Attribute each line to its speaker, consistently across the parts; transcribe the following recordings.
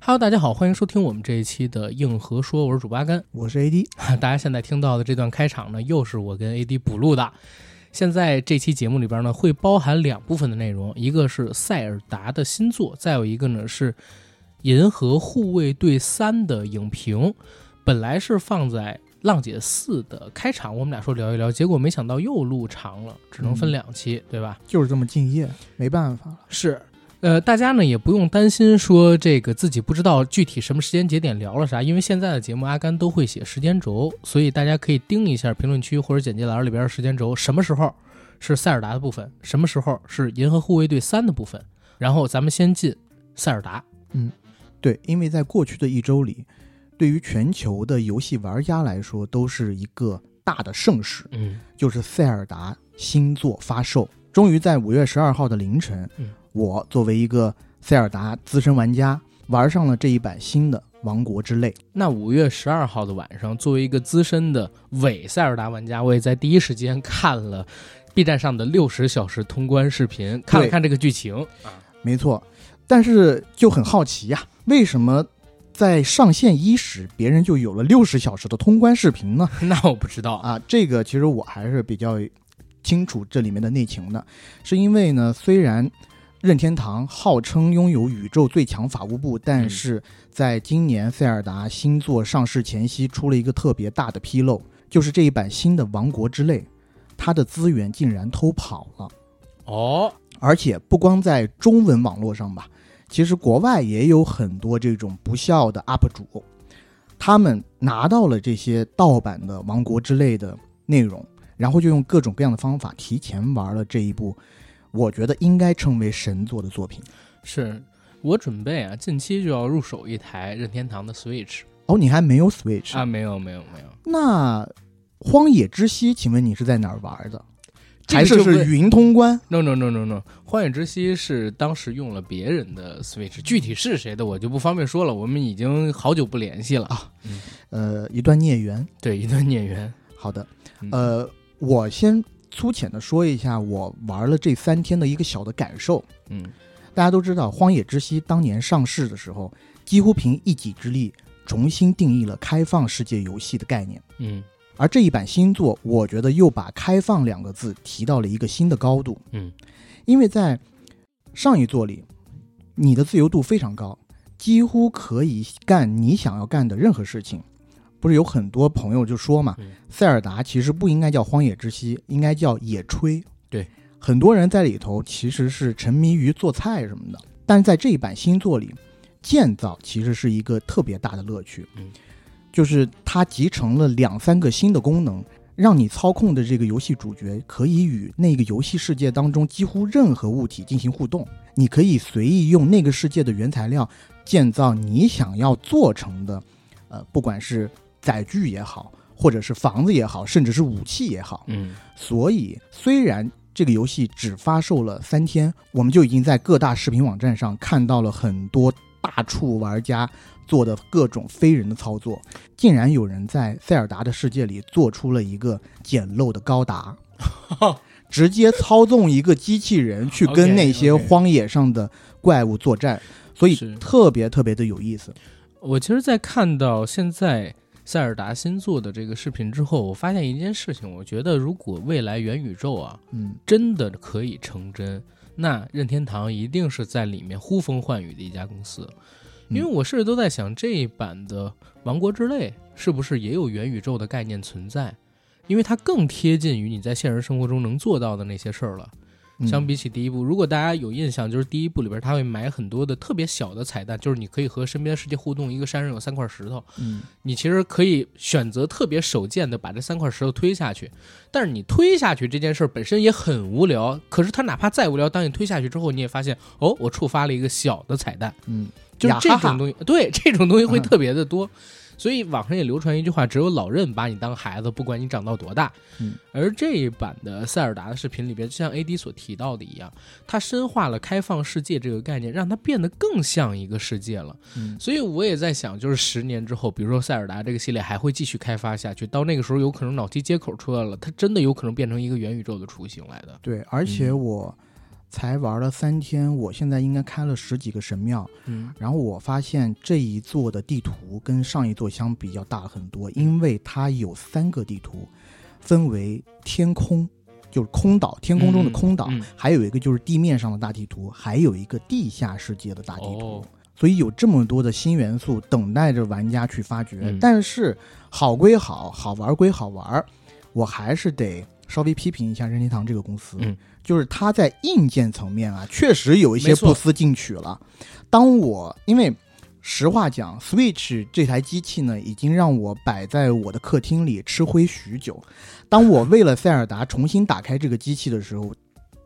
Speaker 1: Hello，大家好，欢迎收听我们这一期的硬核说，我是主八甘。
Speaker 2: 我是 AD，
Speaker 1: 大家现在听到的这段开场呢，又是我跟 AD 补录的。现在这期节目里边呢，会包含两部分的内容，一个是塞尔达的新作，再有一个呢是《银河护卫队三》的影评。本来是放在浪姐四的开场，我们俩说聊一聊，结果没想到又录长了，只能分
Speaker 2: 嗯
Speaker 1: 两期，对吧？
Speaker 2: 就是这么敬业，没办法了。
Speaker 1: 是，呃，大家呢也不用担心说这个自己不知道具体什么时间节点聊了啥，因为现在的节目阿甘都会写时间轴，所以大家可以盯一下评论区或者简介栏里边的时间轴，什么时候是塞尔达的部分，什么时候是银河护卫队三的部分，然后咱们先进塞尔达。
Speaker 2: 对，因为在过去的一周里，对于全球的游戏玩家来说，都是一个大的盛事，
Speaker 1: 嗯
Speaker 2: 就是塞尔达新作发售。终于在五月十二号的凌晨，
Speaker 1: 嗯
Speaker 2: 我作为一个塞尔达资深玩家，玩上了这一版新的《王国之泪》。
Speaker 1: 那五月十二号的晚上，作为一个资深的伪塞尔达玩家，我也在第一时间看了 B 站上的六十小时通关视频，看了
Speaker 2: 对
Speaker 1: 看这个剧情。
Speaker 2: 没错，但是就很好奇呀、为什么在上线伊始，别人就有了六十小时的通关视频呢？
Speaker 1: 那我不知道，
Speaker 2: 啊，这个其实我还是比较清楚这里面的内情的，是因为呢，虽然任天堂号称拥有宇宙最强法务部，但
Speaker 1: 嗯
Speaker 2: 是在今年塞尔达新作上市前夕，出了一个特别大的纰漏，就是这一版新的《王国之泪》，它的资源竟然偷跑了。
Speaker 1: 哦，
Speaker 2: 而且不光在中文网络上吧，其实国外也有很多这种不孝的 UP 主，他们拿到了这些盗版的《王国》之类的内容，然后就用各种各样的方法提前玩了这一部，我觉得应该称为神作的作品。
Speaker 1: 是我准备啊，近期就要入手一台任天堂的 Switch
Speaker 2: 哦，你还没有 Switch？、
Speaker 1: 啊，没有没有没有，
Speaker 2: 那《荒野之息》，请问你是在哪儿玩的？
Speaker 1: 这个
Speaker 2: 还是
Speaker 1: 就是问
Speaker 2: 云通关？
Speaker 1: no no no no no，荒野之息是当时用了别人的 Switch，具体是谁的我就不方便说了，我们已经好久不联系了。
Speaker 2: 啊呃，一段孽缘。
Speaker 1: 对，一段孽缘。
Speaker 2: 好的，
Speaker 1: 嗯，
Speaker 2: 呃，我先粗浅的说一下我玩了这三天的一个小的感受。
Speaker 1: 嗯，
Speaker 2: 大家都知道，《荒野之息》当年上市的时候，几乎凭一己之力重新定义了开放世界游戏的概念。
Speaker 1: 嗯
Speaker 2: 而这一版新作，我觉得又把“开放”两个字提到了一个新的高度。
Speaker 1: 嗯，
Speaker 2: 因为在上一作里，你的自由度非常高，几乎可以干你想要干的任何事情。不是有很多朋友就说嘛，
Speaker 1: 嗯
Speaker 2: 塞尔达其实不应该叫荒野之息，应该叫野炊。
Speaker 1: 对，
Speaker 2: 很多人在里头其实是沉迷于做菜什么的，但是在这一版新作里，建造其实是一个特别大的乐趣。
Speaker 1: 嗯，
Speaker 2: 就是它集成了两三个新的功能，让你操控的这个游戏主角可以与那个游戏世界当中几乎任何物体进行互动，你可以随意用那个世界的原材料建造你想要做成的，呃，不管是载具也好，或者是房子也好，甚至是武器也好。
Speaker 1: 嗯，
Speaker 2: 所以，虽然这个游戏只发售了三天，我们就已经在各大视频网站上看到了很多大触玩家做的各种非人的操作，竟然有人在塞尔达的世界里做出了一个简陋的 高达，直接操纵一个机器人去
Speaker 1: OK，OK
Speaker 2: 跟那些荒野上的怪物作战，所以
Speaker 1: 是
Speaker 2: 特别特别的有意思。
Speaker 1: 我其实，在看到现在塞尔达新做的这个视频之后，我发现一件事情，我觉得如果未来元宇宙啊，
Speaker 2: 嗯，
Speaker 1: 真的可以成真，那任天堂一定是在里面呼风唤雨的一家公司。因为
Speaker 2: 嗯
Speaker 1: 我甚至都在想，这一版的《王国之泪》是不是也有元宇宙的概念存在？因为它更贴近于你在现实生活中能做到的那些事儿了。
Speaker 2: 嗯
Speaker 1: 相比起第一部，如果大家有印象，就是第一部里边它会埋很多的特别小的彩蛋，就是你可以和身边世界互动。一个山上有三块石头，
Speaker 2: 嗯
Speaker 1: 你其实可以选择特别手贱的把这三块石头推下去，但是你推下去这件事儿本身也很无聊。可是它哪怕再无聊，当你推下去之后，你也发现哦，我触发了一个小的彩蛋，
Speaker 2: 嗯，
Speaker 1: 就是
Speaker 2: 呀
Speaker 1: 这
Speaker 2: 哈哈
Speaker 1: 种东西，对这种东西会
Speaker 2: 嗯
Speaker 1: 特别的多。所以网上也流传一句话：只有老任把你当孩子，不管你长到多大。
Speaker 2: 嗯
Speaker 1: 而这一版的塞尔达的视频里边，就像 AD 所提到的一样，它深化了开放世界这个概念，让它变得更像一个世界了。
Speaker 2: 嗯
Speaker 1: 所以我也在想，就是十年之后，比如说塞尔达这个系列还会继续开发下去，到那个时候有可能脑机接口出来了，它真的有可能变成一个元宇宙的雏形来的。
Speaker 2: 对，而且
Speaker 1: 嗯
Speaker 2: 我才玩了三天，我现在应该开了十几个神庙，
Speaker 1: 嗯
Speaker 2: 然后我发现这一座的地图跟上一座相比要大很多，因为它有三个地图，分为天空，就是空岛，天空中的空岛，
Speaker 1: 嗯嗯
Speaker 2: 还有一个就是地面上的大地图，还有一个地下世界的大地图。
Speaker 1: 哦，
Speaker 2: 所以有这么多的新元素等待着玩家去发掘。
Speaker 1: 嗯
Speaker 2: 但是好归好，好玩归好玩儿，我还是得稍微批评一下任天堂这个公司，
Speaker 1: 嗯
Speaker 2: 就是它在硬件层面啊，确实有一些
Speaker 1: 没错
Speaker 2: 不思进取了。当我因为实话讲，Switch 这台机器呢，已经让我摆在我的客厅里吃灰许久。当我为了塞尔达重新打开这个机器的时候，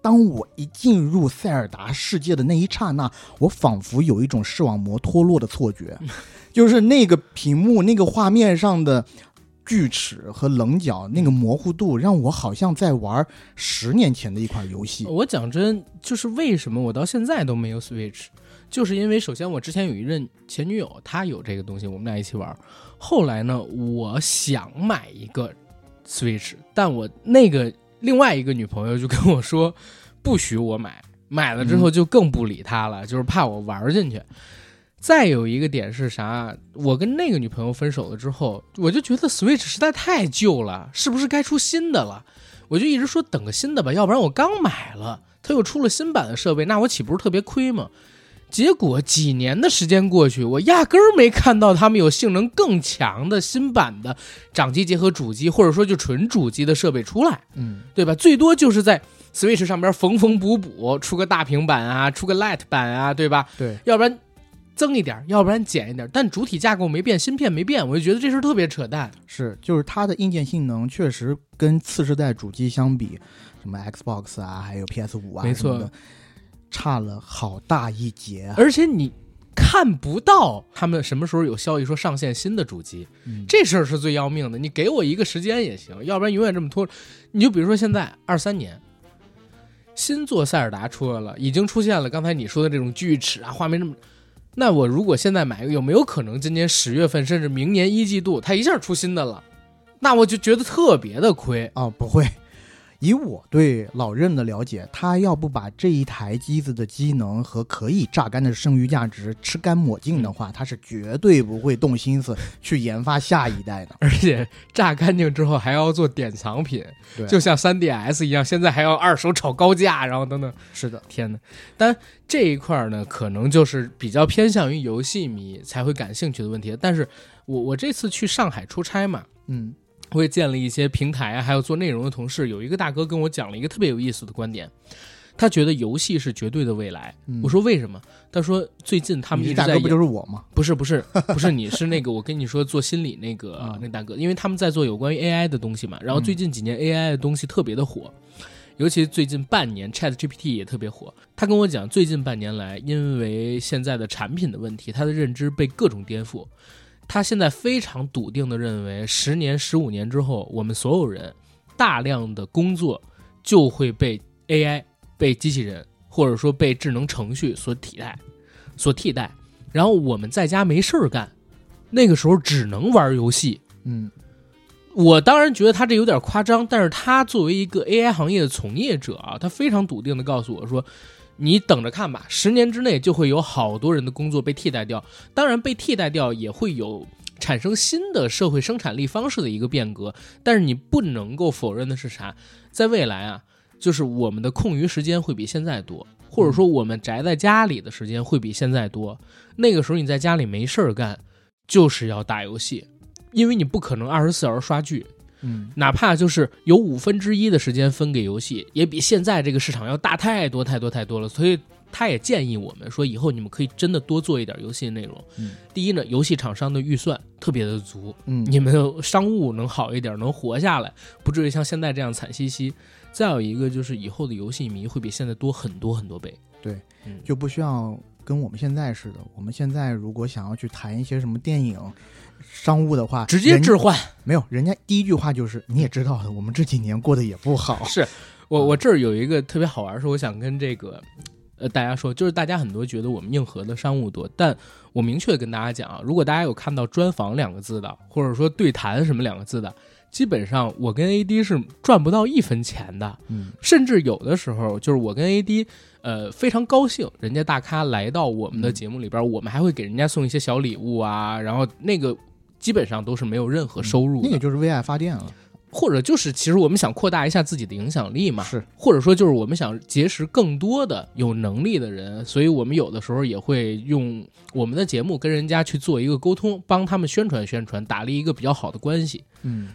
Speaker 2: 当我一进入塞尔达世界的那一刹那，我仿佛有一种视网膜脱落的错觉， 就是那个屏幕、那个画面上的锯齿和棱角那个模糊度，让我好像在玩十年前的一款游戏。
Speaker 1: 我讲真，就是为什么我到现在都没有 Switch，就是因为首先我之前有一任前女友，她有这个东西，我们俩一起玩儿。后来呢，我想买一个 Switch，但我那个另外一个女朋友就跟我说，不许我买， 买了之后就更不理她了，就是怕我玩儿进去。再有一个点是啥？我跟那个女朋友分手了之后，我就觉得 Switch 实在太旧了，是不是该出新的了？我就一直说等个新的吧，要不然我刚买了，它又出了新版的设备，那我岂不是特别亏吗？结果几年的时间过去，我压根儿没看到他们有性能更强的新版的掌机结合主机，或者说就纯主机的设备出来，
Speaker 2: 嗯，
Speaker 1: 对吧？最多就是在 Switch 上边缝缝补补，出个大屏版啊，出个 Lite 版啊，对吧？
Speaker 2: 对，
Speaker 1: 要不然增一点儿，要不然减一点儿，但主体架构没变，芯片没变，我就觉得这事儿特别扯淡。
Speaker 2: 是，就是它的硬件性能确实跟次世代主机相比，什么 Xbox 啊，还有 PS 五啊，
Speaker 1: 没错
Speaker 2: 什么的，差了好大一截啊。
Speaker 1: 而且你看不到他们什么时候有消息说上线新的主机，
Speaker 2: 嗯
Speaker 1: 这事儿是最要命的。你给我一个时间也行，要不然永远这么拖。你就比如说现在二三年。新作塞尔达出来了，已经出现了刚才你说的这种锯齿啊，画面这么……那我如果现在买，有没有可能今年十月份甚至明年一季度它一下出新的了？那我就觉得特别的亏。
Speaker 2: 哦，不会。以我对老任的了解，他要不把这一台机子的机能和可以榨干的剩余价值吃干抹净
Speaker 1: 嗯
Speaker 2: 的话，他是绝对不会动心思去研发下一代的。
Speaker 1: 而且榨干净之后还要做典藏品，
Speaker 2: 对
Speaker 1: 就像 3DS 一样，现在还要二手炒高价，然后等等。
Speaker 2: 是的，
Speaker 1: 天哪！但这一块儿呢，可能就是比较偏向于游戏迷才会感兴趣的问题。但是我我这次去上海出差嘛，
Speaker 2: 嗯
Speaker 1: 我也见了一些平台啊，还有做内容的同事，有一个大哥跟我讲了一个特别有意思的观点，他觉得游戏是绝对的未来。
Speaker 2: 嗯，
Speaker 1: 我说为什么？他说最近他们一
Speaker 2: 你
Speaker 1: 直
Speaker 2: 大
Speaker 1: 在
Speaker 2: 哥不
Speaker 1: 研
Speaker 2: 就是我吗？
Speaker 1: 不是不是不是你是那个我跟你说做心理那个、
Speaker 2: 啊
Speaker 1: 那大哥，因为他们在做有关于 AI 的东西嘛，然后最近几年 AI 的东西特别的火，尤其最近半年 Chat GPT 也特别火。他跟我讲，最近半年来，因为现在的产品的问题，他的认知被各种颠覆。他现在非常笃定的认为，十年、十五年之后，我们所有人大量的工作就会被 AI、被机器人，或者说被智能程序所替代、所替代。然后我们在家没事儿干，那个时候只能玩游戏。
Speaker 2: 嗯，
Speaker 1: 我当然觉得他这有点夸张，但是他作为一个 AI 行业的从业者啊，他非常笃定的告诉我说：“你等着看吧，十年之内就会有好多人的工作被替代掉。当然，被替代掉也会有产生新的社会生产力方式的一个变革。但是你不能够否认的是啥？在未来啊，就是我们的空余时间会比现在多，或者说我们宅在家里的时间会比现在多。那个时候你在家里没事儿干，就是要打游戏。”因为你不可能二十四小时刷剧，
Speaker 2: 嗯，
Speaker 1: 哪怕就是有五分之一的时间分给游戏，也比现在这个市场要大太多太多太多了。所以他也建议我们说，以后你们可以真的多做一点游戏内容。
Speaker 2: 嗯
Speaker 1: 第一呢，游戏厂商的预算特别的足，
Speaker 2: 嗯，
Speaker 1: 你们的商务能好一点，能活下来，不至于像现在这样惨兮兮。再有一个就是以后的游戏迷会比现在多很多很多倍。
Speaker 2: 对
Speaker 1: 嗯，
Speaker 2: 就不需要跟我们现在似的。我们现在如果想要去谈一些什么电影、商务的话，
Speaker 1: 直接
Speaker 2: 人
Speaker 1: 置换。
Speaker 2: 没有，人家第一句话就是你也知道的，我们这几年过得也不好。
Speaker 1: 是我
Speaker 2: 嗯
Speaker 1: 我这儿有一个特别好玩儿，是我想跟这个呃大家说，就是大家很多觉得我们硬核的商务多，但我明确地跟大家讲啊，如果大家有看到“专访”两个字的，或者说“对谈”什么两个字的，基本上我跟 AD 是赚不到一分钱的，
Speaker 2: 嗯
Speaker 1: 甚至有的时候就是我跟 AD，呃，非常高兴，人家大咖来到我
Speaker 2: 嗯
Speaker 1: 们的节目里边，我们还会给人家送一些小礼物啊，然后那个基本上都是没有任何收入
Speaker 2: 嗯那
Speaker 1: 的，
Speaker 2: 也就是为爱发电了。
Speaker 1: 或者就是其实我们想扩大一下自己的影响力嘛，
Speaker 2: 是，
Speaker 1: 或者说就是我们想结识更多的有能力的人，所以我们有的时候也会用我们的节目跟人家去做一个沟通，帮他们宣传宣传，打立一个比较好的关系。
Speaker 2: 嗯，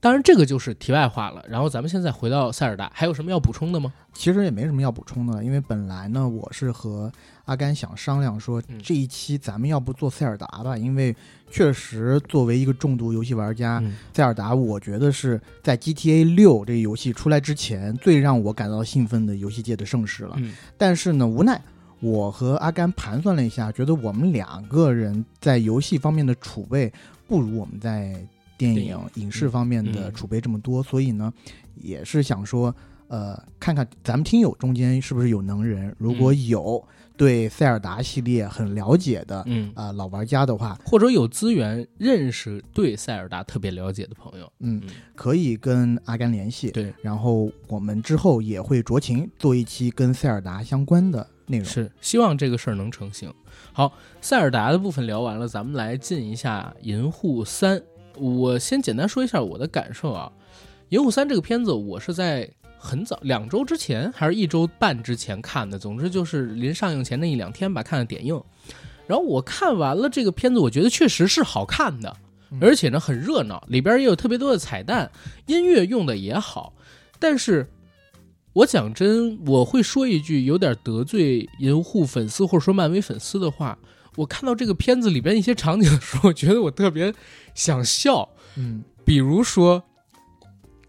Speaker 1: 当然，这个就是题外话了。然后咱们现在回到塞尔达，还有什么要补充的吗？
Speaker 2: 其实也没什么要补充的，因为本来呢，我是和阿甘想商量说，
Speaker 1: 嗯
Speaker 2: 这一期咱们要不做塞尔达吧，因为确实作为一个重度游戏玩家，
Speaker 1: 嗯
Speaker 2: 塞尔达我觉得是在 GTA 六这个游戏出来之前最让我感到兴奋的游戏界的盛世了。
Speaker 1: 嗯
Speaker 2: 但是呢，无奈我和阿甘盘算了一下，觉得我们两个人在游戏方面的储备不如我们在电
Speaker 1: 电
Speaker 2: 影
Speaker 1: 影、
Speaker 2: 影视方面的
Speaker 1: 嗯
Speaker 2: 储备这么多，所以呢，也是想说，呃，看看咱们听友中间是不是有能人，如果有对塞尔达系列很了解的
Speaker 1: 嗯，
Speaker 2: 啊、呃老玩家的话，
Speaker 1: 或者有资源认识对塞尔达特别了解的朋友，
Speaker 2: 嗯
Speaker 1: 嗯，
Speaker 2: 可以跟阿甘联系。
Speaker 1: 对，
Speaker 2: 然后我们之后也会酌情做一期跟塞尔达相关的内容。
Speaker 1: 是希望这个事儿能成型。好，塞尔达的部分聊完了，咱们来进一下《银护三》。我先简单说一下我的感受啊，《银护三》这个片子我是在很早两周之前，还是一周半之前看的，总之就是临上映前那一两天吧，看了点映。然后我看完了这个片子，我觉得确实是好看的，
Speaker 2: 嗯
Speaker 1: 而且呢很热闹，里边也有特别多的彩蛋，音乐用的也好。但是，我讲真，我会说一句有点得罪银护粉丝或者说漫威粉丝的话。我看到这个片子里边一些场景的时候，我觉得我特别想笑，
Speaker 2: 嗯，
Speaker 1: 比如说，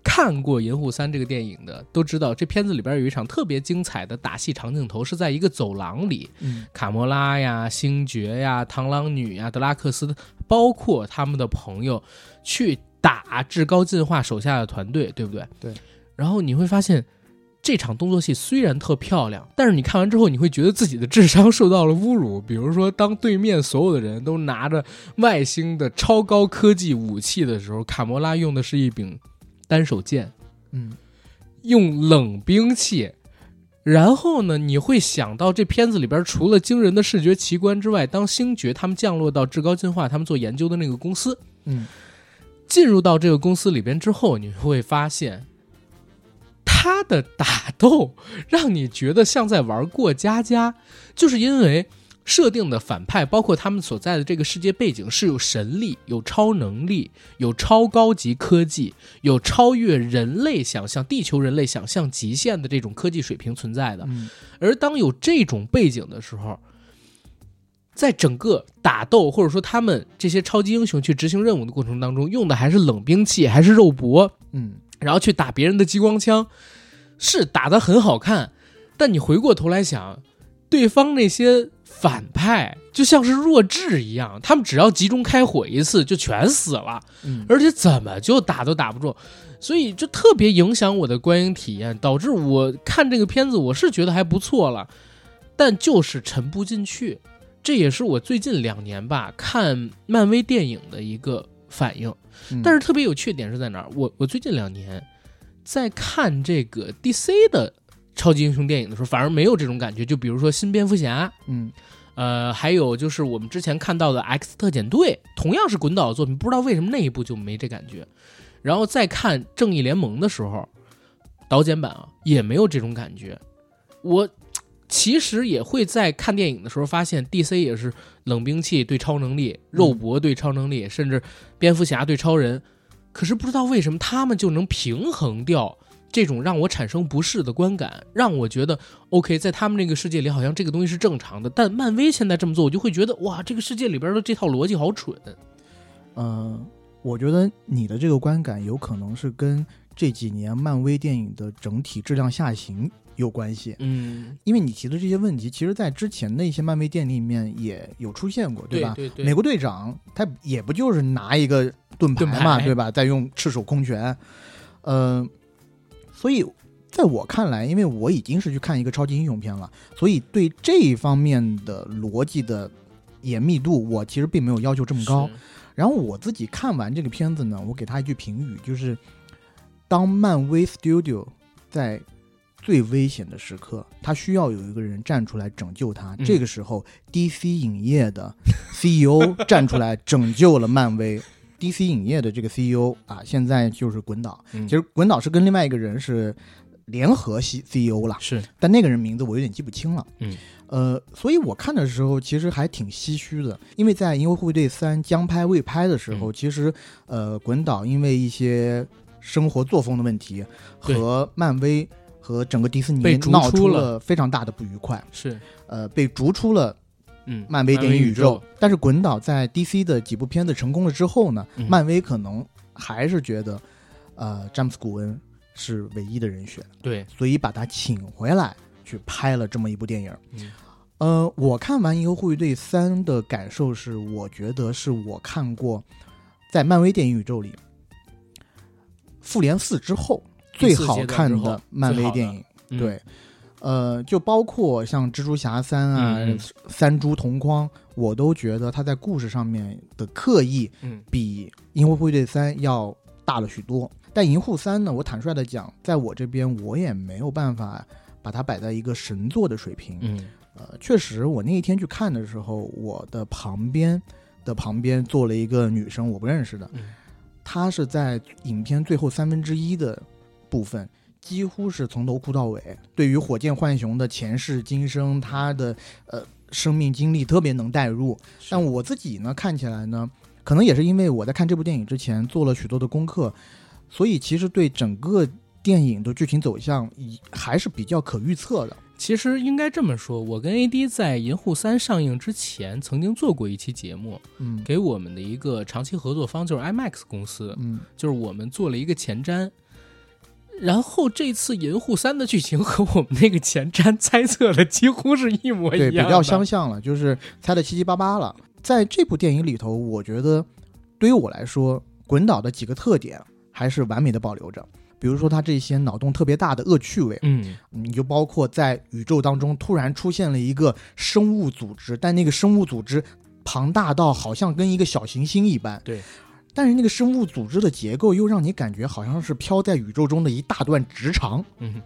Speaker 1: 看过《银护三》这个电影的都知道，这片子里边有一场特别精彩的打戏长镜头，是在一个走廊里，
Speaker 2: 嗯
Speaker 1: 卡魔拉呀、星爵呀、螳螂女呀、德拉克斯，包括他们的朋友去打至高进化手下的团队，对不对？
Speaker 2: 对。
Speaker 1: 然后你会发现。这场动作戏虽然特漂亮，但是你看完之后，你会觉得自己的智商受到了侮辱。比如说，当对面所有的人都拿着外星的超高科技武器的时候，卡魔拉用的是一柄单手剑，
Speaker 2: 嗯，
Speaker 1: 用冷兵器。然后呢，你会想到这片子里边除了惊人的视觉奇观之外，当星爵他们降落到至高进化他们做研究的那个公司，
Speaker 2: 嗯，
Speaker 1: 进入到这个公司里边之后，你会发现。他的打斗让你觉得像在玩过家家，就是因为设定的反派，包括他们所在的这个世界背景是有神力、有超能力、有超高级科技、有超越人类想象、地球人类想象极限的这种科技水平存在的。
Speaker 2: 嗯
Speaker 1: 而当有这种背景的时候，在整个打斗或者说他们这些超级英雄去执行任务的过程当中，用的还是冷兵器，还是肉搏，
Speaker 2: 嗯
Speaker 1: 然后去打别人的激光枪，是打得很好看，但你回过头来想，对方那些反派就像是弱智一样，他们只要集中开火一次就全死了，
Speaker 2: 嗯，
Speaker 1: 而且怎么就打都打不中，所以就特别影响我的观影体验，导致我看这个片子我是觉得还不错了，但就是沉不进去，这也是我最近两年吧看漫威电影的一个反应。
Speaker 2: 嗯
Speaker 1: 但是特别有缺点是在哪儿？我我最近两年在看这个 DC 的超级英雄电影的时候，反而没有这种感觉。就比如说新蝙蝠侠，
Speaker 2: 嗯
Speaker 1: 呃，还有就是我们之前看到的《X 特遣队》，同样是滚导的作品，不知道为什么那一部就没这感觉。然后再看《正义联盟》的时候，导剪版啊也没有这种感觉。我其实也会在看电影的时候发现，DC 也是冷兵器对超能力，肉搏对超能力，甚至蝙蝠侠对超人。可是不知道为什么他们就能平衡掉这种让我产生不适的观感，让我觉得 OK，在他们这个世界里好像这个东西是正常的，但漫威现在这么做，我就会觉得哇，这个世界里边的这套逻辑好蠢。
Speaker 2: 呃，我觉得你的这个观感有可能是跟这几年漫威电影的整体质量下行有关系，
Speaker 1: 嗯，
Speaker 2: 因为你提的这些问题，其实在之前的一些漫威电影里面也有出现过，
Speaker 1: 对
Speaker 2: 吧？
Speaker 1: 对对，
Speaker 2: 美国队长他也不就是拿一个盾牌嘛，
Speaker 1: 盾牌
Speaker 2: 对吧？再用赤手空拳，呃，所以在我看来，因为我已经是去看一个超级英雄片了，所以对这一方面的逻辑的严密度，我其实并没有要求这么高。
Speaker 1: 是，
Speaker 2: 然后我自己看完这个片子呢，我给他一句评语，就是当漫威 Studio 在最危险的时刻，他需要有一个人站出来拯救他。
Speaker 1: 嗯
Speaker 2: 这个时候，DC 影业的 CEO 站出来拯救了漫威。DC 影业的这个 CEO 啊，现在就是滚导。
Speaker 1: 嗯
Speaker 2: 其实滚导是跟另外一个人是联合 C CEO 啦，
Speaker 1: 是
Speaker 2: 但那个人名字我有点记不清了。
Speaker 1: 嗯，
Speaker 2: 呃，所以我看的时候其实还挺唏嘘的，因为在《银河护卫队三》将拍未拍的时
Speaker 1: 嗯
Speaker 2: 候，其实呃，滚导因为一些生活作风的问题
Speaker 1: 对
Speaker 2: 和漫威和整个迪士尼
Speaker 1: 被逐
Speaker 2: 闹
Speaker 1: 出
Speaker 2: 出
Speaker 1: 了
Speaker 2: 了非常大的不愉快，
Speaker 1: 是，
Speaker 2: 呃，被逐出了
Speaker 1: 嗯，
Speaker 2: 漫威电影宇宙
Speaker 1: 宙，。
Speaker 2: 但是滚导在 DC 的几部片子成功了之后呢，
Speaker 1: 嗯
Speaker 2: 漫威可能还是觉得，呃，詹姆斯·古恩是唯一的人选，
Speaker 1: 对，
Speaker 2: 所以把他请回来去拍了这么一部电影。
Speaker 1: 嗯
Speaker 2: 呃，我看完《银河护卫队三》的感受是，我觉得是我看过在漫威电影宇宙里，《复联四》之后
Speaker 1: 第
Speaker 2: 最
Speaker 1: 四
Speaker 2: 好
Speaker 1: 阶段
Speaker 2: 看
Speaker 1: 之后
Speaker 2: 的漫
Speaker 1: 最
Speaker 2: 威
Speaker 1: 好
Speaker 2: 电
Speaker 1: 的
Speaker 2: 影。
Speaker 1: 嗯
Speaker 2: 对，呃，就包括像蜘蛛侠三啊、
Speaker 1: 嗯嗯
Speaker 2: 三株同框，我都觉得他在故事上面的刻意
Speaker 1: 嗯
Speaker 2: 比《银河护卫队三》要大了许多。但《银护三》呢，我坦率的讲，在我这边我也没有办法把它摆在一个神作的水平。
Speaker 1: 嗯
Speaker 2: 呃，确实，我那一天去看的时候，我的旁边的旁边坐了一个女生，我不认识的，
Speaker 1: 嗯
Speaker 2: 她是在影片最后三分之一的部分，几乎是从头哭到尾。对于火箭浣熊的前世今生，她的呃生命经历特别能代入。
Speaker 1: 是
Speaker 2: 但我自己呢，看起来呢，可能也是因为我在看这部电影之前做了许多的功课，所以其实对整个电影的剧情走向已还是比较可预测的。
Speaker 1: 其实应该这么说，我跟 AD 在《银护三》上映之前，曾经做过一期节目，
Speaker 2: 嗯
Speaker 1: 给我们的一个长期合作方就是 IMAX 公司，
Speaker 2: 嗯。
Speaker 1: 就是我们做了一个前瞻。然后这次《银护三》的剧情和我们那个前瞻猜测的几乎是一模一
Speaker 2: 对，
Speaker 1: 样，
Speaker 2: 比较相。像了，就是猜的七七八八了。在这部电影里头，我觉得对于我来说，滚导的几个特点还是完美的保留着。比如说他这些脑洞特别大的恶趣味，
Speaker 1: 嗯，
Speaker 2: 你就包括在宇宙当中突然出现了一个生物组织，但那个生物组织庞大到好像跟一个小行星一般。
Speaker 1: 对。
Speaker 2: 但是那个生物组织的结构又让你感觉好像是飘在宇宙中的一大段直肠。
Speaker 1: 嗯，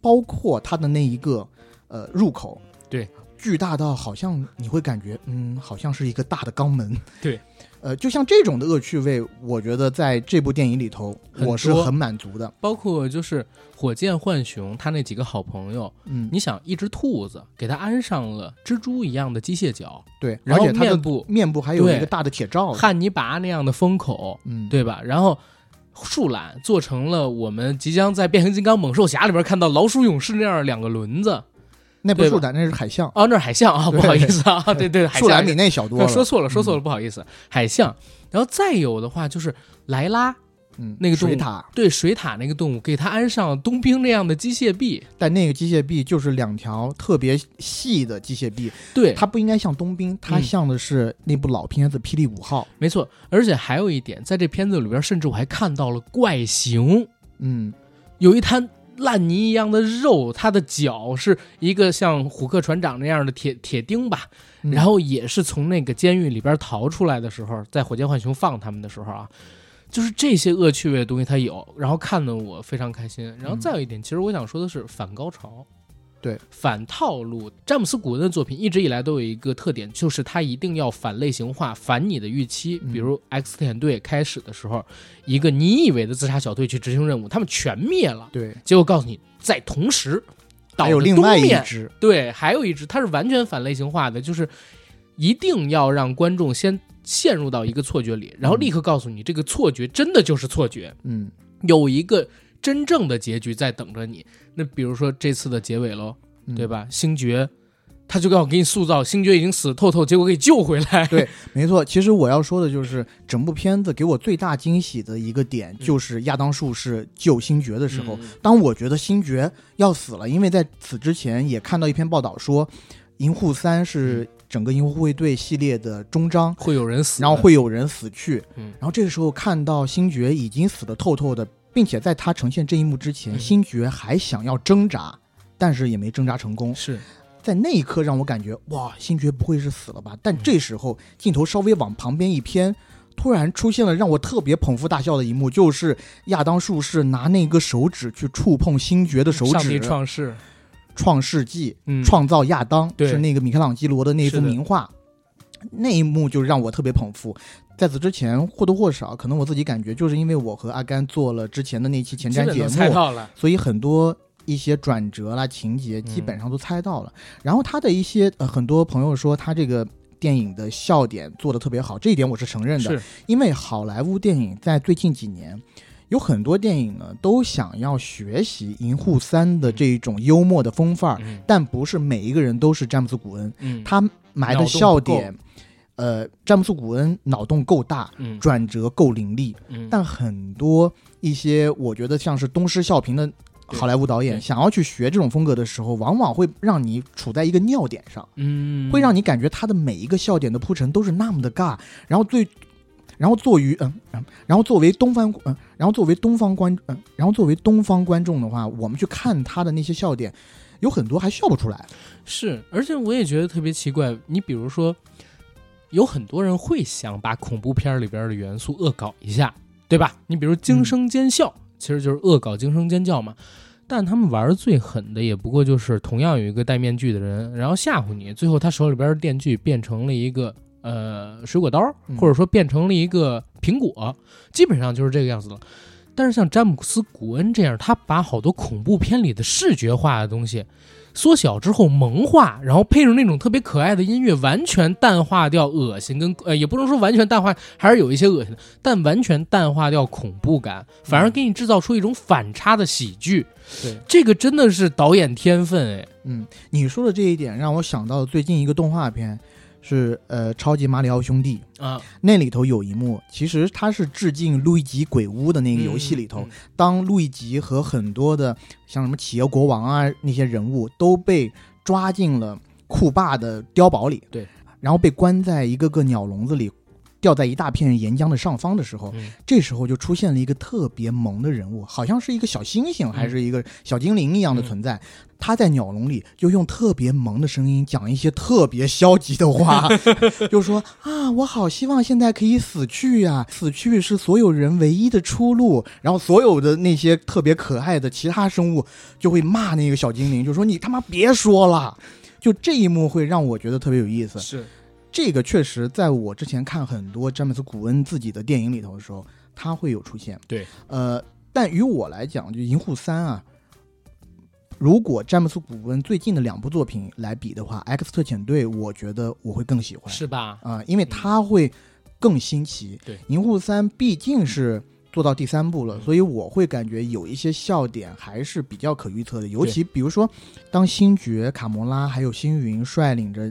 Speaker 2: 包括它的那一个呃入口，
Speaker 1: 对，
Speaker 2: 巨大到好像你会感觉，嗯，好像是一个大的肛门，
Speaker 1: 对，
Speaker 2: 呃，就像这种的恶趣味，我觉得在这部电影里头，
Speaker 1: 很多
Speaker 2: 我是很满足的，
Speaker 1: 包括就是火箭浣熊他那几个好朋友，
Speaker 2: 嗯，
Speaker 1: 你想一只兔子给它安上了蜘蛛一样的机械脚，
Speaker 2: 对，
Speaker 1: 然
Speaker 2: 而
Speaker 1: 后
Speaker 2: 且它的
Speaker 1: 面部
Speaker 2: 面部还有一
Speaker 1: 对
Speaker 2: 个大的铁罩子，
Speaker 1: 汉尼拔那样的封口，
Speaker 2: 嗯，，
Speaker 1: 对吧？然后树懒做成了我们即将在变形金刚猛兽侠里边看到老鼠勇士那样的两个轮子，
Speaker 2: 那不
Speaker 1: 对
Speaker 2: 是
Speaker 1: 吧
Speaker 2: 树懒，那是海象，
Speaker 1: 哦，那是海象啊，
Speaker 2: 对
Speaker 1: 不好意思啊， 对对，海
Speaker 2: 树
Speaker 1: 象
Speaker 2: 懒比那小多
Speaker 1: 那
Speaker 2: 了，
Speaker 1: 说错了，说错了，
Speaker 2: 嗯
Speaker 1: 不好意思，海象。然后再有的话就是莱拉
Speaker 2: 嗯，
Speaker 1: 那个动物
Speaker 2: 水獭，
Speaker 1: 对水獭那个动物，给它安上冬兵那样的机械臂，
Speaker 2: 但那个机械臂就是两条特别细的机械臂，
Speaker 1: 对，
Speaker 2: 它不应该像冬兵，它
Speaker 1: 嗯
Speaker 2: 像的是那部老片子《霹雳五号》，
Speaker 1: 没错。而且还有一点，在这片子里边，甚至我还看到了怪形，
Speaker 2: 嗯，
Speaker 1: 有一滩烂泥一样的肉，它的脚是一个像虎克船长那样的铁铁钉吧，
Speaker 2: 嗯
Speaker 1: 然后也是从那个监狱里边逃出来的时候，在火箭浣熊放他们的时候啊，就是这些恶趣味的东西它有，然后看得我非常开心。然后再有一点，其实我想说的是反高潮，
Speaker 2: 嗯对，
Speaker 1: 反套路。詹姆斯·古恩的作品一直以来都有一个特点，就是他一定要反类型化，反你的预期。
Speaker 2: 嗯
Speaker 1: 比如《X 探险队》开始的时候，一个你以为的自杀小队去执行任务，他们全灭了，
Speaker 2: 对，
Speaker 1: 结果告诉你在同时。
Speaker 2: 还有另外一只，
Speaker 1: 对，还有一支，它是完全反类型化的，就是一定要让观众先陷入到一个错觉里，然后立刻告诉你这个错觉真的就是错觉，
Speaker 2: 嗯，
Speaker 1: 有一个真正的结局在等着你。那比如说这次的结尾喽，
Speaker 2: 嗯
Speaker 1: 对？吧？星爵。他就要给你塑造星爵已经死透透，结果给救回来。
Speaker 2: 对没错，其实我要说的就是，整部片子给我最大惊喜的一个点，就是亚当术士救星爵的时候。
Speaker 1: 嗯
Speaker 2: 当我觉得星爵要死了，因为在此之前也看到一篇报道说，《银护三》是整个银护护卫队系列的终章，
Speaker 1: 会有人嗯死，
Speaker 2: 然后会有人死去。
Speaker 1: 嗯
Speaker 2: 然后这个时候看到星爵已经死得透透的，并且在他呈现这一幕之前，
Speaker 1: 嗯
Speaker 2: 星爵还想要挣扎，但是也没挣扎成功。
Speaker 1: 是
Speaker 2: 在那一刻
Speaker 1: 嗯
Speaker 2: 让我感觉哇，星爵不会是死了吧？但这时候镜头稍微往旁边一偏，突突然出现了让我特别捧腹大笑的一幕，就是亚当术士拿那个手指去触碰星爵的手
Speaker 1: 上帝
Speaker 2: 指，
Speaker 1: 创世，
Speaker 2: 创世纪
Speaker 1: 嗯，
Speaker 2: 创造亚当，
Speaker 1: 对
Speaker 2: 是那个米开朗基罗的那
Speaker 1: 是
Speaker 2: 幅
Speaker 1: 的
Speaker 2: 名画，那一幕就让我特别捧腹。在此之前，或多或少，可能我自己感觉，就是因为我和阿甘做了之前的那期前
Speaker 1: 基
Speaker 2: 瞻
Speaker 1: 本
Speaker 2: 节
Speaker 1: 都猜
Speaker 2: 目，
Speaker 1: 到 了，
Speaker 2: 所以很多一些转折啦、情节
Speaker 1: 嗯
Speaker 2: 基本上都猜到了。然后他的一些、呃，很多朋友说他这个电影的笑点做得特别好，这一点我是承认的。
Speaker 1: 是
Speaker 2: 因为好莱坞电影在最近几年，有很多电影呢都想要学习《银护三》的这种幽默的风范儿，
Speaker 1: 嗯
Speaker 2: 但不是每一个人都是詹姆斯·古恩，
Speaker 1: 嗯，
Speaker 2: 他埋的笑点，呃，詹姆斯·古恩脑洞够大，
Speaker 1: 嗯
Speaker 2: 转折够凌厉，
Speaker 1: 嗯
Speaker 2: 但很多一些我觉得像是东施效颦的。
Speaker 1: 对
Speaker 2: 好莱坞导
Speaker 1: 对
Speaker 2: 演想要去学这种风格的时候，往往会让你处在一个尿点上。
Speaker 1: 嗯
Speaker 2: 会让你感觉他的每一个笑点的铺陈都是那么的尬，然后最，然后作于嗯、嗯然后作为东方嗯、然后作为东方观嗯、然后作为东方观众的话，我们去看他的那些笑点，有很多还笑不出来。
Speaker 1: 是，而且我也觉得特别奇怪。你比如说，有很多人会想把恐怖片里边的元素恶搞一下，对吧？你比如惊
Speaker 2: 嗯
Speaker 1: 声尖笑，其实就是恶搞惊声尖叫嘛。但他们玩的最狠的也不过就是同样有一个戴面具的人，然后吓唬你，最后他手里边的电锯变成了一个呃水果刀，
Speaker 2: 嗯
Speaker 1: 或者说变成了一个苹果，基本上就是这个样子了。但是像詹姆斯·古恩这样，他把好多恐怖片里的视觉化的东西缩小之后萌化，然后配上那种特别可爱的音乐，完全淡化掉恶心跟呃，也不能说完全淡化，还是有一些恶心的，但完全淡化掉恐怖感，反而给你制造出一种反差的喜剧。
Speaker 2: 对，
Speaker 1: 这个真的是导演天分哎，
Speaker 2: 嗯，你说的这一点让我想到最近一个动画片，是呃《超级马里奥兄弟》
Speaker 1: 啊，
Speaker 2: 那里头有一幕，其实它是致敬路易吉鬼屋的那个游戏里头，
Speaker 1: 嗯
Speaker 2: 当路易吉和很多的像什么企业国王啊那些人物都被抓进了库坝的碉堡里，
Speaker 1: 对，
Speaker 2: 然后被关在一个个鸟笼子里，吊在一大片岩浆的上方的时候，
Speaker 1: 嗯
Speaker 2: 这时候就出现了一个特别萌的人物，好像是一个小猩猩还是一个小精灵一样的存在，他在鸟笼里就用特别萌的声音讲一些特别消极的话， 就说啊，我好希望现在可以死去呀、死去是所有人唯一的出路。然后所有的那些特别可爱的其他生物就会骂那个小精灵，就说你他妈别说了。就这一幕会让我觉得特别有意思
Speaker 1: 嗯，是
Speaker 2: 这个确实在我之前看很多詹姆斯·古恩自己的电影里头的时候，他会有出现。
Speaker 1: 对，
Speaker 2: 呃，但于我来讲，就《银护三》啊，如果詹姆斯·古恩最近的两部作品来比的话，《X 特遣队》我觉得我会更喜欢。
Speaker 1: 是吧？
Speaker 2: 啊、因为它会更新奇。
Speaker 1: 嗯对
Speaker 2: 银护三》毕竟是做到第三部了，
Speaker 1: 嗯
Speaker 2: 所以我会感觉有一些笑点还是比较可预测的。尤
Speaker 1: 对
Speaker 2: 其比如说，当星爵、卡魔拉还有星云率领着。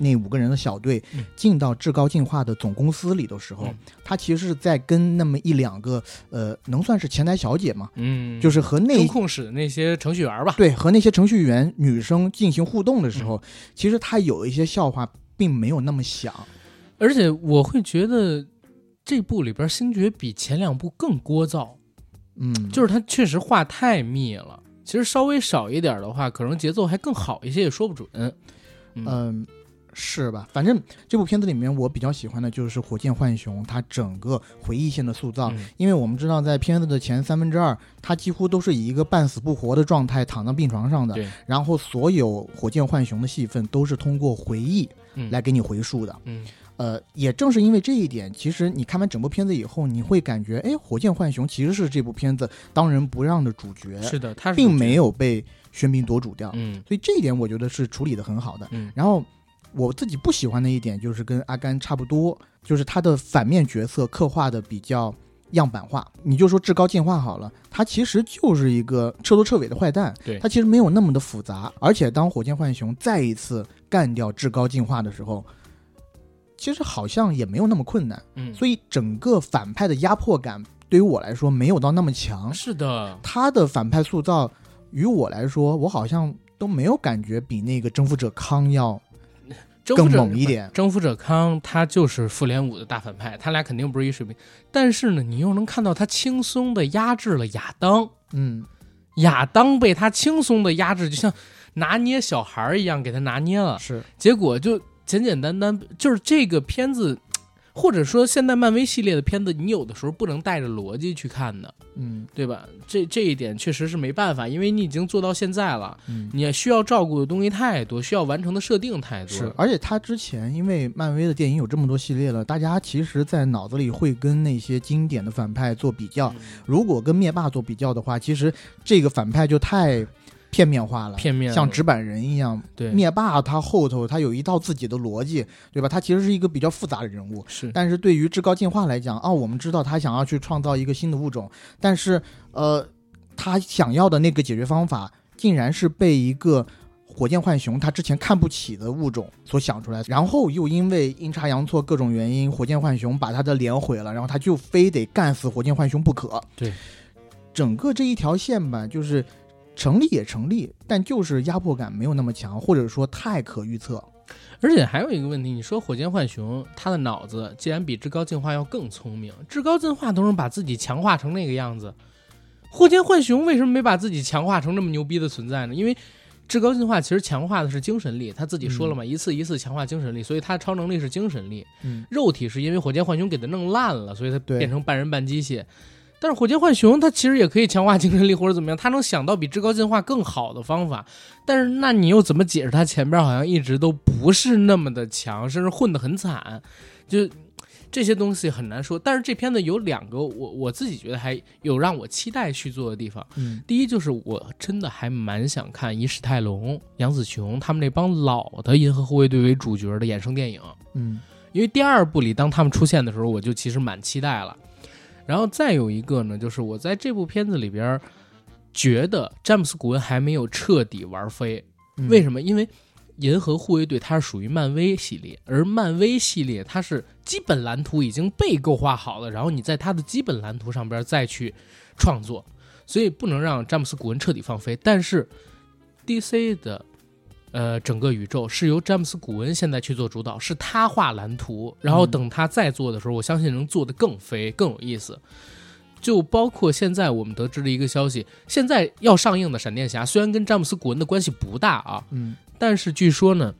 Speaker 2: 那五个人的小队
Speaker 1: 嗯
Speaker 2: 进到至高进化的总公司里的时候，
Speaker 1: 嗯
Speaker 2: 他其实是在跟那么一两个呃，能算是前台小姐嘛，
Speaker 1: 嗯，
Speaker 2: 就是和那
Speaker 1: 中控室的那些程序员吧，
Speaker 2: 对和那些程序员女生进行互动的
Speaker 1: 嗯
Speaker 2: 时候，其实他有一些笑话并没有那么响。
Speaker 1: 而且我会觉得这部里边星爵比前两部更聒噪，
Speaker 2: 嗯，
Speaker 1: 就是它确实话太密了。其实稍微少一点的话，可能节奏还更好一些，也说不准。嗯
Speaker 2: 嗯，是吧？反正这部片子里面，我比较喜欢的就是《火箭浣熊》，它整个回忆线的塑造。
Speaker 1: 嗯
Speaker 2: 因为我们知道，在片子的前三分之二，他几乎都是以一个半死不活的状态躺在病床上的
Speaker 1: 对。
Speaker 2: 然后，所有火箭浣熊的戏份都是通过回忆
Speaker 1: 嗯
Speaker 2: 来给你回述的。
Speaker 1: 嗯，
Speaker 2: 呃，也正是因为这一点，其实你看完整部片子以后，你会感觉，哎，火箭浣熊其实是这部片子当仁不让的主角，
Speaker 1: 是的，他是
Speaker 2: 并没
Speaker 1: 有，
Speaker 2: 有被喧宾夺主掉。
Speaker 1: 嗯
Speaker 2: 所以这一点我觉得是处理的很好的。
Speaker 1: 嗯
Speaker 2: 然后我自己不喜欢的一点就是跟阿甘差不多，就是他的反面角色刻画的比较样板化。你就说至高进化好了，他其实就是一个彻头彻尾的坏蛋，
Speaker 1: 对
Speaker 2: 他其实没有那么的复杂。而且当火箭浣熊再一次干掉至高进化的时候。其实好像也没有那么困难，
Speaker 1: 嗯，
Speaker 2: 所以整个反派的压迫感对于我来说没有到那么强。
Speaker 1: 是的，
Speaker 2: 他的反派塑造，于我来说，我好像都没有感觉比那个征服者康要
Speaker 1: 征服
Speaker 2: 更
Speaker 1: 者
Speaker 2: 猛一点。
Speaker 1: 征服者康他就是复联五的大反派，他俩肯定不是一水平。但是呢，你又能看到他轻松的压制了亚当，
Speaker 2: 嗯，
Speaker 1: 亚当被他轻松的压制，就像拿捏小孩啊儿一样给他拿捏了。
Speaker 2: 是
Speaker 1: 结果就简简单单，就是这个片子，《或者说现在漫威系列的片子，你有的时候不能带着逻辑去看的，
Speaker 2: 嗯
Speaker 1: 对吧？这这一点确实是没办法，因为你已经做到现在了，
Speaker 2: 嗯，
Speaker 1: 你也需要照顾的东西太多，需要完成的设定太多。
Speaker 2: 是，，而且他之前因为漫威的电影有这么多系列了，大家其实，在脑子里会跟那些经典的反派做比
Speaker 1: 啊
Speaker 2: 较。
Speaker 1: 嗯
Speaker 2: 如果跟灭霸做比较的话，其实这个反派就太片面化了，
Speaker 1: 片面了
Speaker 2: 像纸板人一样。
Speaker 1: 对，
Speaker 2: 灭霸他后头他有一套自己的逻辑，对吧？他其实是一个比较复杂的人物。
Speaker 1: 是
Speaker 2: 但是对于至高进化来讲，啊，我们知道他想要去创造一个新的物种，但是呃，他想要的那个解决方法，竟然是被一个火箭浣熊他之前看不起的物种所想出来，然后又因为阴差阳错各种原因，火箭浣熊把他的脸毁了，然后他就非得干死火箭浣熊不可。
Speaker 1: 对，
Speaker 2: 整个这一条线吧，就是成立也成立，但就是压迫感没有那么强，或者说太可预测。
Speaker 1: 而且还有一个问题，你说火箭浣熊他的脑子竟然比至高进化要更聪明，至高进化都能把自己强化成那个样子，火箭浣熊为什么没把自己强化成这么牛逼的存在呢？因为至高进化其实强化的是精神力，他自己说了嘛，一次一次强化精神力，所以他超能力是精神力，
Speaker 2: 嗯，
Speaker 1: 肉体是因为火箭浣熊给他弄烂了，所以他
Speaker 2: 对
Speaker 1: 变成半人半机械。但是火箭浣熊它其实也可以强化精神力或者怎么样，它能想到比至高进化更好的方法。但是那你又怎么解释它前边好像一直都不是那么的强，甚至混得很惨？就这些东西很难说。但是这片子有两个我我自己觉得还有让我期待续作的地方。
Speaker 2: 嗯
Speaker 1: 第一就是我真的还蛮想看以史泰龙、杨紫琼他们那帮老的银河护卫队为主角的衍生电影。
Speaker 2: 嗯
Speaker 1: 因为第二部里当他们出现的时候，我就其实蛮期待了。然后再有一个呢，就是我在这部片子里边儿觉得詹姆斯·古恩还没有彻底玩飞，
Speaker 2: 嗯
Speaker 1: 为什么？因为银河护卫队它是属于漫威系列，而漫威系列它是基本蓝图已经被构画好了，然后你在它的基本蓝图上边再去创作，所以不能让詹姆斯·古恩彻底放飞。但是 DC 的呃整个宇宙是由詹姆斯·古恩现在去做主导，是他画蓝图，然后
Speaker 2: 嗯
Speaker 1: 等他再做的时候，我相信能做得更飞更有意思。就包括现在我们得知的一个消息，现在要上映的《闪电侠》虽然跟詹姆斯·古恩的关系不大啊，
Speaker 2: 嗯
Speaker 1: 但是据说呢，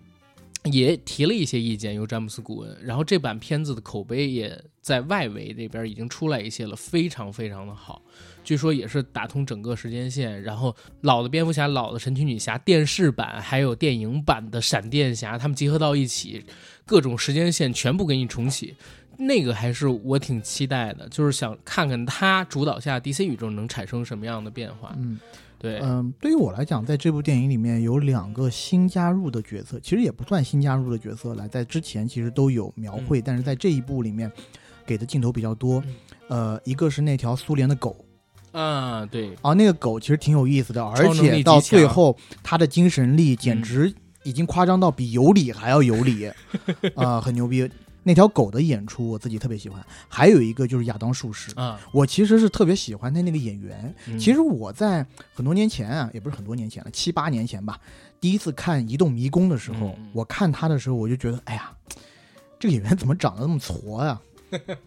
Speaker 1: 也提了一些意见，由詹姆斯·古恩。然后这版片子的口碑也在外围这边已经出来一些了，非常非常的好。据说也是打通整个时间线，然后老的蝙蝠侠、老的神奇女侠电视版，还有电影版的闪电侠，他们结合到一起，各种时间线全部给你重启。那个还是我挺期待的，就是想看看他主导下 DC 宇宙能产生什么样的变化。
Speaker 2: 嗯。
Speaker 1: 对，
Speaker 2: 嗯，对于我来讲，在这部电影里面有两个新加入的角色，其实也不算新加入的角色来，在之前其实都有描
Speaker 1: 嗯
Speaker 2: 绘，但是在这一部里面给的镜头比较多。呃，一个是那条苏联的狗
Speaker 1: 啊，对，
Speaker 2: 啊，那个狗其实挺有意思的，
Speaker 1: 超
Speaker 2: 而
Speaker 1: 能力嗯
Speaker 2: 且到
Speaker 1: 极强
Speaker 2: 最后它的精神力简直已经夸张到比尤里还要有 理，啊，很牛逼。那条狗的演出我自己特别喜欢，还有一个就是亚当术士，
Speaker 1: 啊，
Speaker 2: 我其实是特别喜欢他那个演员，
Speaker 1: 嗯
Speaker 2: 其实我在很多年前啊，也不是很多年前了，七八年前吧，第一次看《移动迷宫》的时候，
Speaker 1: 嗯嗯
Speaker 2: 我看他的时候，我就觉得，哎呀，这个演员怎么长得那么矬 呀、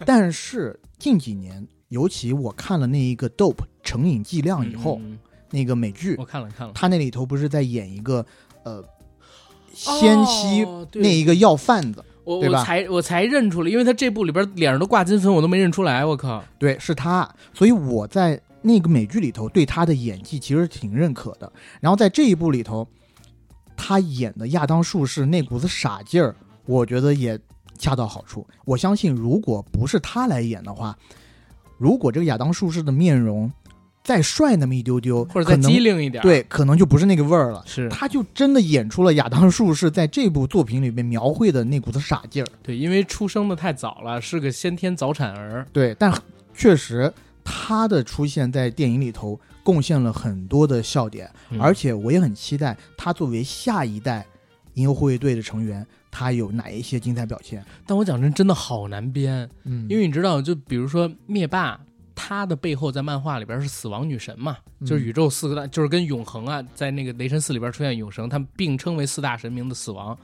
Speaker 2: 但是近几年，尤其我看了那一个《Dope》成瘾剂量以后，
Speaker 1: 嗯嗯嗯
Speaker 2: 那个美剧
Speaker 1: 我，看了看了。
Speaker 2: 他那里头不是在演一个呃先吸
Speaker 1: 哦对
Speaker 2: 那一个要贩子，
Speaker 1: 我
Speaker 2: 对
Speaker 1: 我
Speaker 2: 吧
Speaker 1: 才我才认出来，因为他这部里边脸上都挂金粉，我都没认出来。我靠，
Speaker 2: 对，是他，所以我在那个美剧里头对他的演技其实挺认可的。然后在这一部里头，他演的亚当术士那股子傻劲儿，我觉得也恰到好处。我相信，如果不是他来演的话，如果这个亚当术士的面容再帅那么一丢丢，
Speaker 1: 或者再
Speaker 2: 可
Speaker 1: 机
Speaker 2: 能
Speaker 1: 灵一点，，
Speaker 2: 对，可能就不是那个味儿了。
Speaker 1: 是
Speaker 2: 他就真的演出了亚当术士在这部作品里面描绘的那股子傻劲儿。
Speaker 1: 对，因为出生的太早了，是个先天早产儿。
Speaker 2: 对，但确实他的出现在电影里头贡献了很多的笑点，
Speaker 1: 嗯
Speaker 2: 而且我也很期待他作为下一代银河护卫队的成员，他有哪一些精彩表现。
Speaker 1: 但我讲真，真的好难编，
Speaker 2: 嗯
Speaker 1: 因为你知道，就比如说灭霸，他的背后在漫画里边是死亡女神嘛，
Speaker 2: 嗯
Speaker 1: 就是宇宙四个大，就是跟永恒啊，在那个雷神四里边出现永生，他们并称为四大神明的死亡。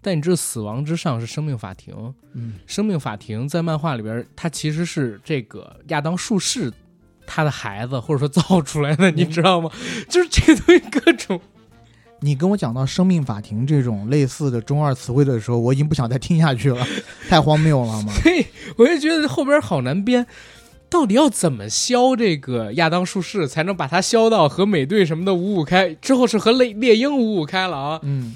Speaker 1: 但你知道，死亡之上是生命法庭，
Speaker 2: 嗯
Speaker 1: 生命法庭在漫画里边，它其实是这个亚当术士
Speaker 2: 嗯
Speaker 1: 他的孩子，或者说造出来的，你知道吗？就是这个东西各种
Speaker 2: 你跟我讲到生命法庭这种类似的中二词汇的时候，我已经不想再听下去了，太荒谬了 嘛！
Speaker 1: 所以我就觉得后边好难编，到底要怎么削这个亚当术士，才能把它削到和美队什么的五五开？之后是和猎猎鹰五五开了啊？
Speaker 2: 嗯，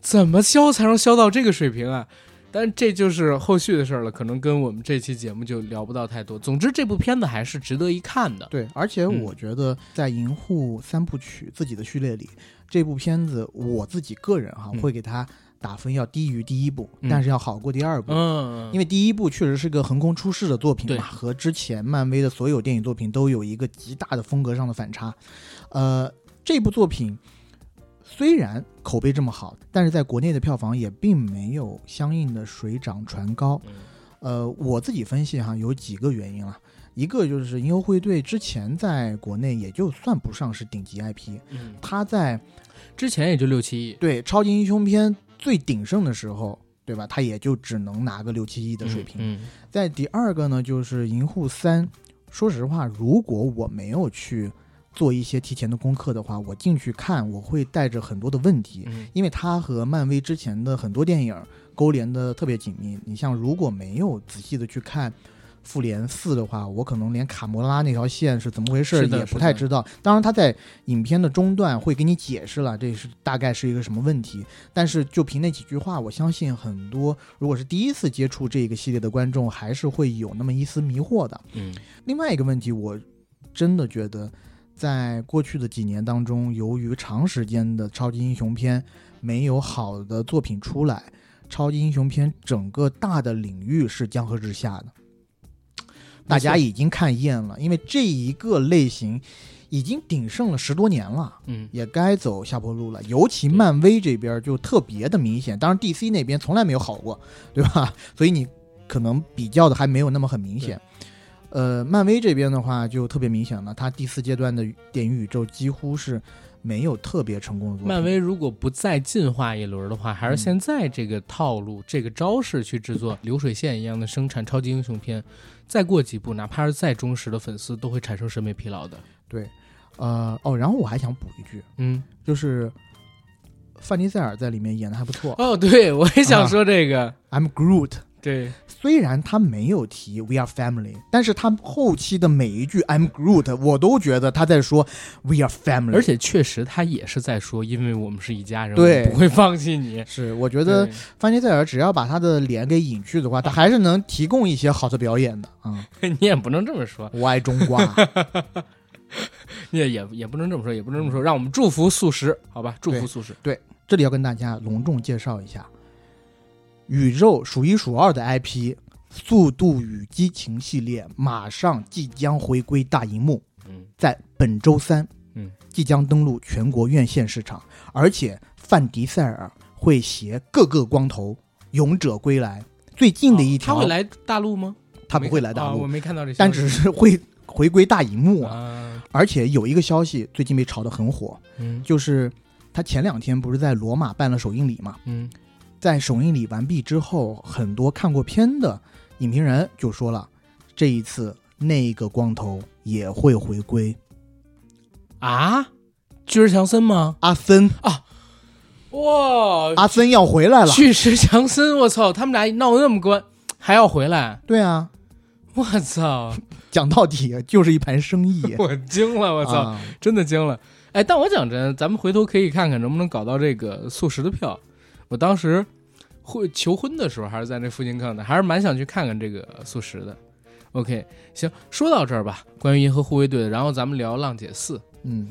Speaker 1: 怎么削才能削到这个水平啊？但这就是后续的事儿了，可能跟我们这期节目就聊不到太多。总之，这部片子还是值得一看的。
Speaker 2: 对，而且
Speaker 1: 嗯
Speaker 2: 我觉得在《银护三部曲》自己的序列里，这部片子我自己个人哈、
Speaker 1: 嗯
Speaker 2: 会给它打分要低于第一部，
Speaker 1: 嗯
Speaker 2: 但是要好过第二部。
Speaker 1: 嗯，
Speaker 2: 因为第一部确实是个横空出世的作品
Speaker 1: 对
Speaker 2: 嘛，和之前漫威的所有电影作品都有一个极大的风格上的反差。呃，这部作品虽然口碑这么好，但是在国内的票房也并没有相应的水涨船高。
Speaker 1: 嗯
Speaker 2: 呃，我自己分析哈，有几个原因啦。一个就是《银游会队》之前在国内也就算不上是顶级 IP，
Speaker 1: 嗯，
Speaker 2: 它在
Speaker 1: 之前也就六七亿，
Speaker 2: 对超级英雄片最鼎盛的时候，对吧？它也就只能拿个六七亿的水平。
Speaker 1: 嗯
Speaker 2: 再第二个呢，就是《银护三》。说实话，如果我没有去做一些提前的功课的话，我进去看，我会带着很多的问题，
Speaker 1: 嗯
Speaker 2: 因为它和漫威之前的很多电影勾连的特别紧密。你像，如果没有仔细的去看《复联四》的话，我可能连卡魔拉那条线是怎么回事儿
Speaker 1: 是的
Speaker 2: 也
Speaker 1: 是
Speaker 2: 不
Speaker 1: 的
Speaker 2: 太知道。当然，它在影片的中段会给你解释了，这是大概是一个什么问题。但是就凭那几句话，我相信很多如果是第一次接触这个系列的观众，还是会有那么一丝迷惑的。
Speaker 1: 嗯
Speaker 2: 另外一个问题，我真的觉得，在过去的几年当中，由于长时间的超级英雄片没有好的作品出来，超级英雄片整个大的领域是江河日下的，大家已经看厌了，因为这一个类型已经鼎盛了十多年了。
Speaker 1: 嗯，
Speaker 2: 也该走下坡路了，尤其
Speaker 1: 对
Speaker 2: 漫威这边就特别的明显，当然 DC 那边从来没有好过，对吧？ 所以你可能比较的还没有那么很明显。呃，漫威这边的话就特别明显了，它第四阶段的电影宇宙几乎是没有特别成功的作品。
Speaker 1: 漫威如果不再进化一轮的话，还是
Speaker 2: 嗯
Speaker 1: 现在这个套路、这个招式去制作流水线一样的生产超级英雄片，再过几步，哪怕是再忠实的粉丝，都会产生审美疲劳的。
Speaker 2: 对，呃哦，然后我还想补一句，
Speaker 1: 嗯，
Speaker 2: 就是范迪塞尔在里面演的还不错、
Speaker 1: 哦，对，我也想说这个，
Speaker 2: i m Groot。
Speaker 1: 对，
Speaker 2: 虽然他没有提 “We are family”，但是他后期的每一句 “I'm Groot”，我都觉得他在说 “We are family”。
Speaker 1: 而且确实他也是在说，因为我们是一家人，
Speaker 2: 对
Speaker 1: 我不会放弃你。
Speaker 2: 是，我觉得
Speaker 1: 对
Speaker 2: 范迪塞尔只要把他的脸给隐去的话，他还是能提供一些好的表演的啊、
Speaker 1: 你也不能这么说，
Speaker 2: 我爱中 国，啊
Speaker 1: 你也也也不能这么说，也不能这么说。让我们祝福素食，好吧？祝福
Speaker 2: 对
Speaker 1: 素食。
Speaker 2: 这里要跟大家隆重介绍一下，宇宙数一数二的 IP《速度与激情》系列马上即将回归大荧幕。
Speaker 1: 嗯，
Speaker 2: 在本周三，
Speaker 1: 嗯，
Speaker 2: 即将登陆全国院线市场，而且范迪塞尔啊会携各个光头勇者归来。最近的一条，
Speaker 1: 哦他会来大陆吗？
Speaker 2: 他不会来大
Speaker 1: 啊
Speaker 2: 陆，
Speaker 1: 我没看到这消息，
Speaker 2: 但只是会回归大荧幕。
Speaker 1: 啊，
Speaker 2: 而且有一个消息最近被炒得很火，
Speaker 1: 嗯
Speaker 2: 就是他前两天不是在罗马办了首映礼嘛？
Speaker 1: 嗯，
Speaker 2: 在首映礼完毕之后，很多看过片的影评人就说了，这一次那个光头也会回归
Speaker 1: 啊，巨石强森吗？
Speaker 2: 阿森，
Speaker 1: 哇，
Speaker 2: 阿森要回来啊了。
Speaker 1: 巨石强森，我操，他们俩闹得那么关，还要回来，
Speaker 2: 对啊，
Speaker 1: 我操，。
Speaker 2: 讲到底就是一盘生意
Speaker 1: 我惊了， 我操，
Speaker 2: 啊
Speaker 1: 真的惊了。哎，但我讲真，咱们回头可以看看能不能搞到这个素食的票。我当时会求婚的时候，还是在那附近看的，还是蛮想去看看这个素食的。OK，行，说到这儿吧，关于银河护卫队的，然后咱们聊《浪姐四》。
Speaker 2: 嗯，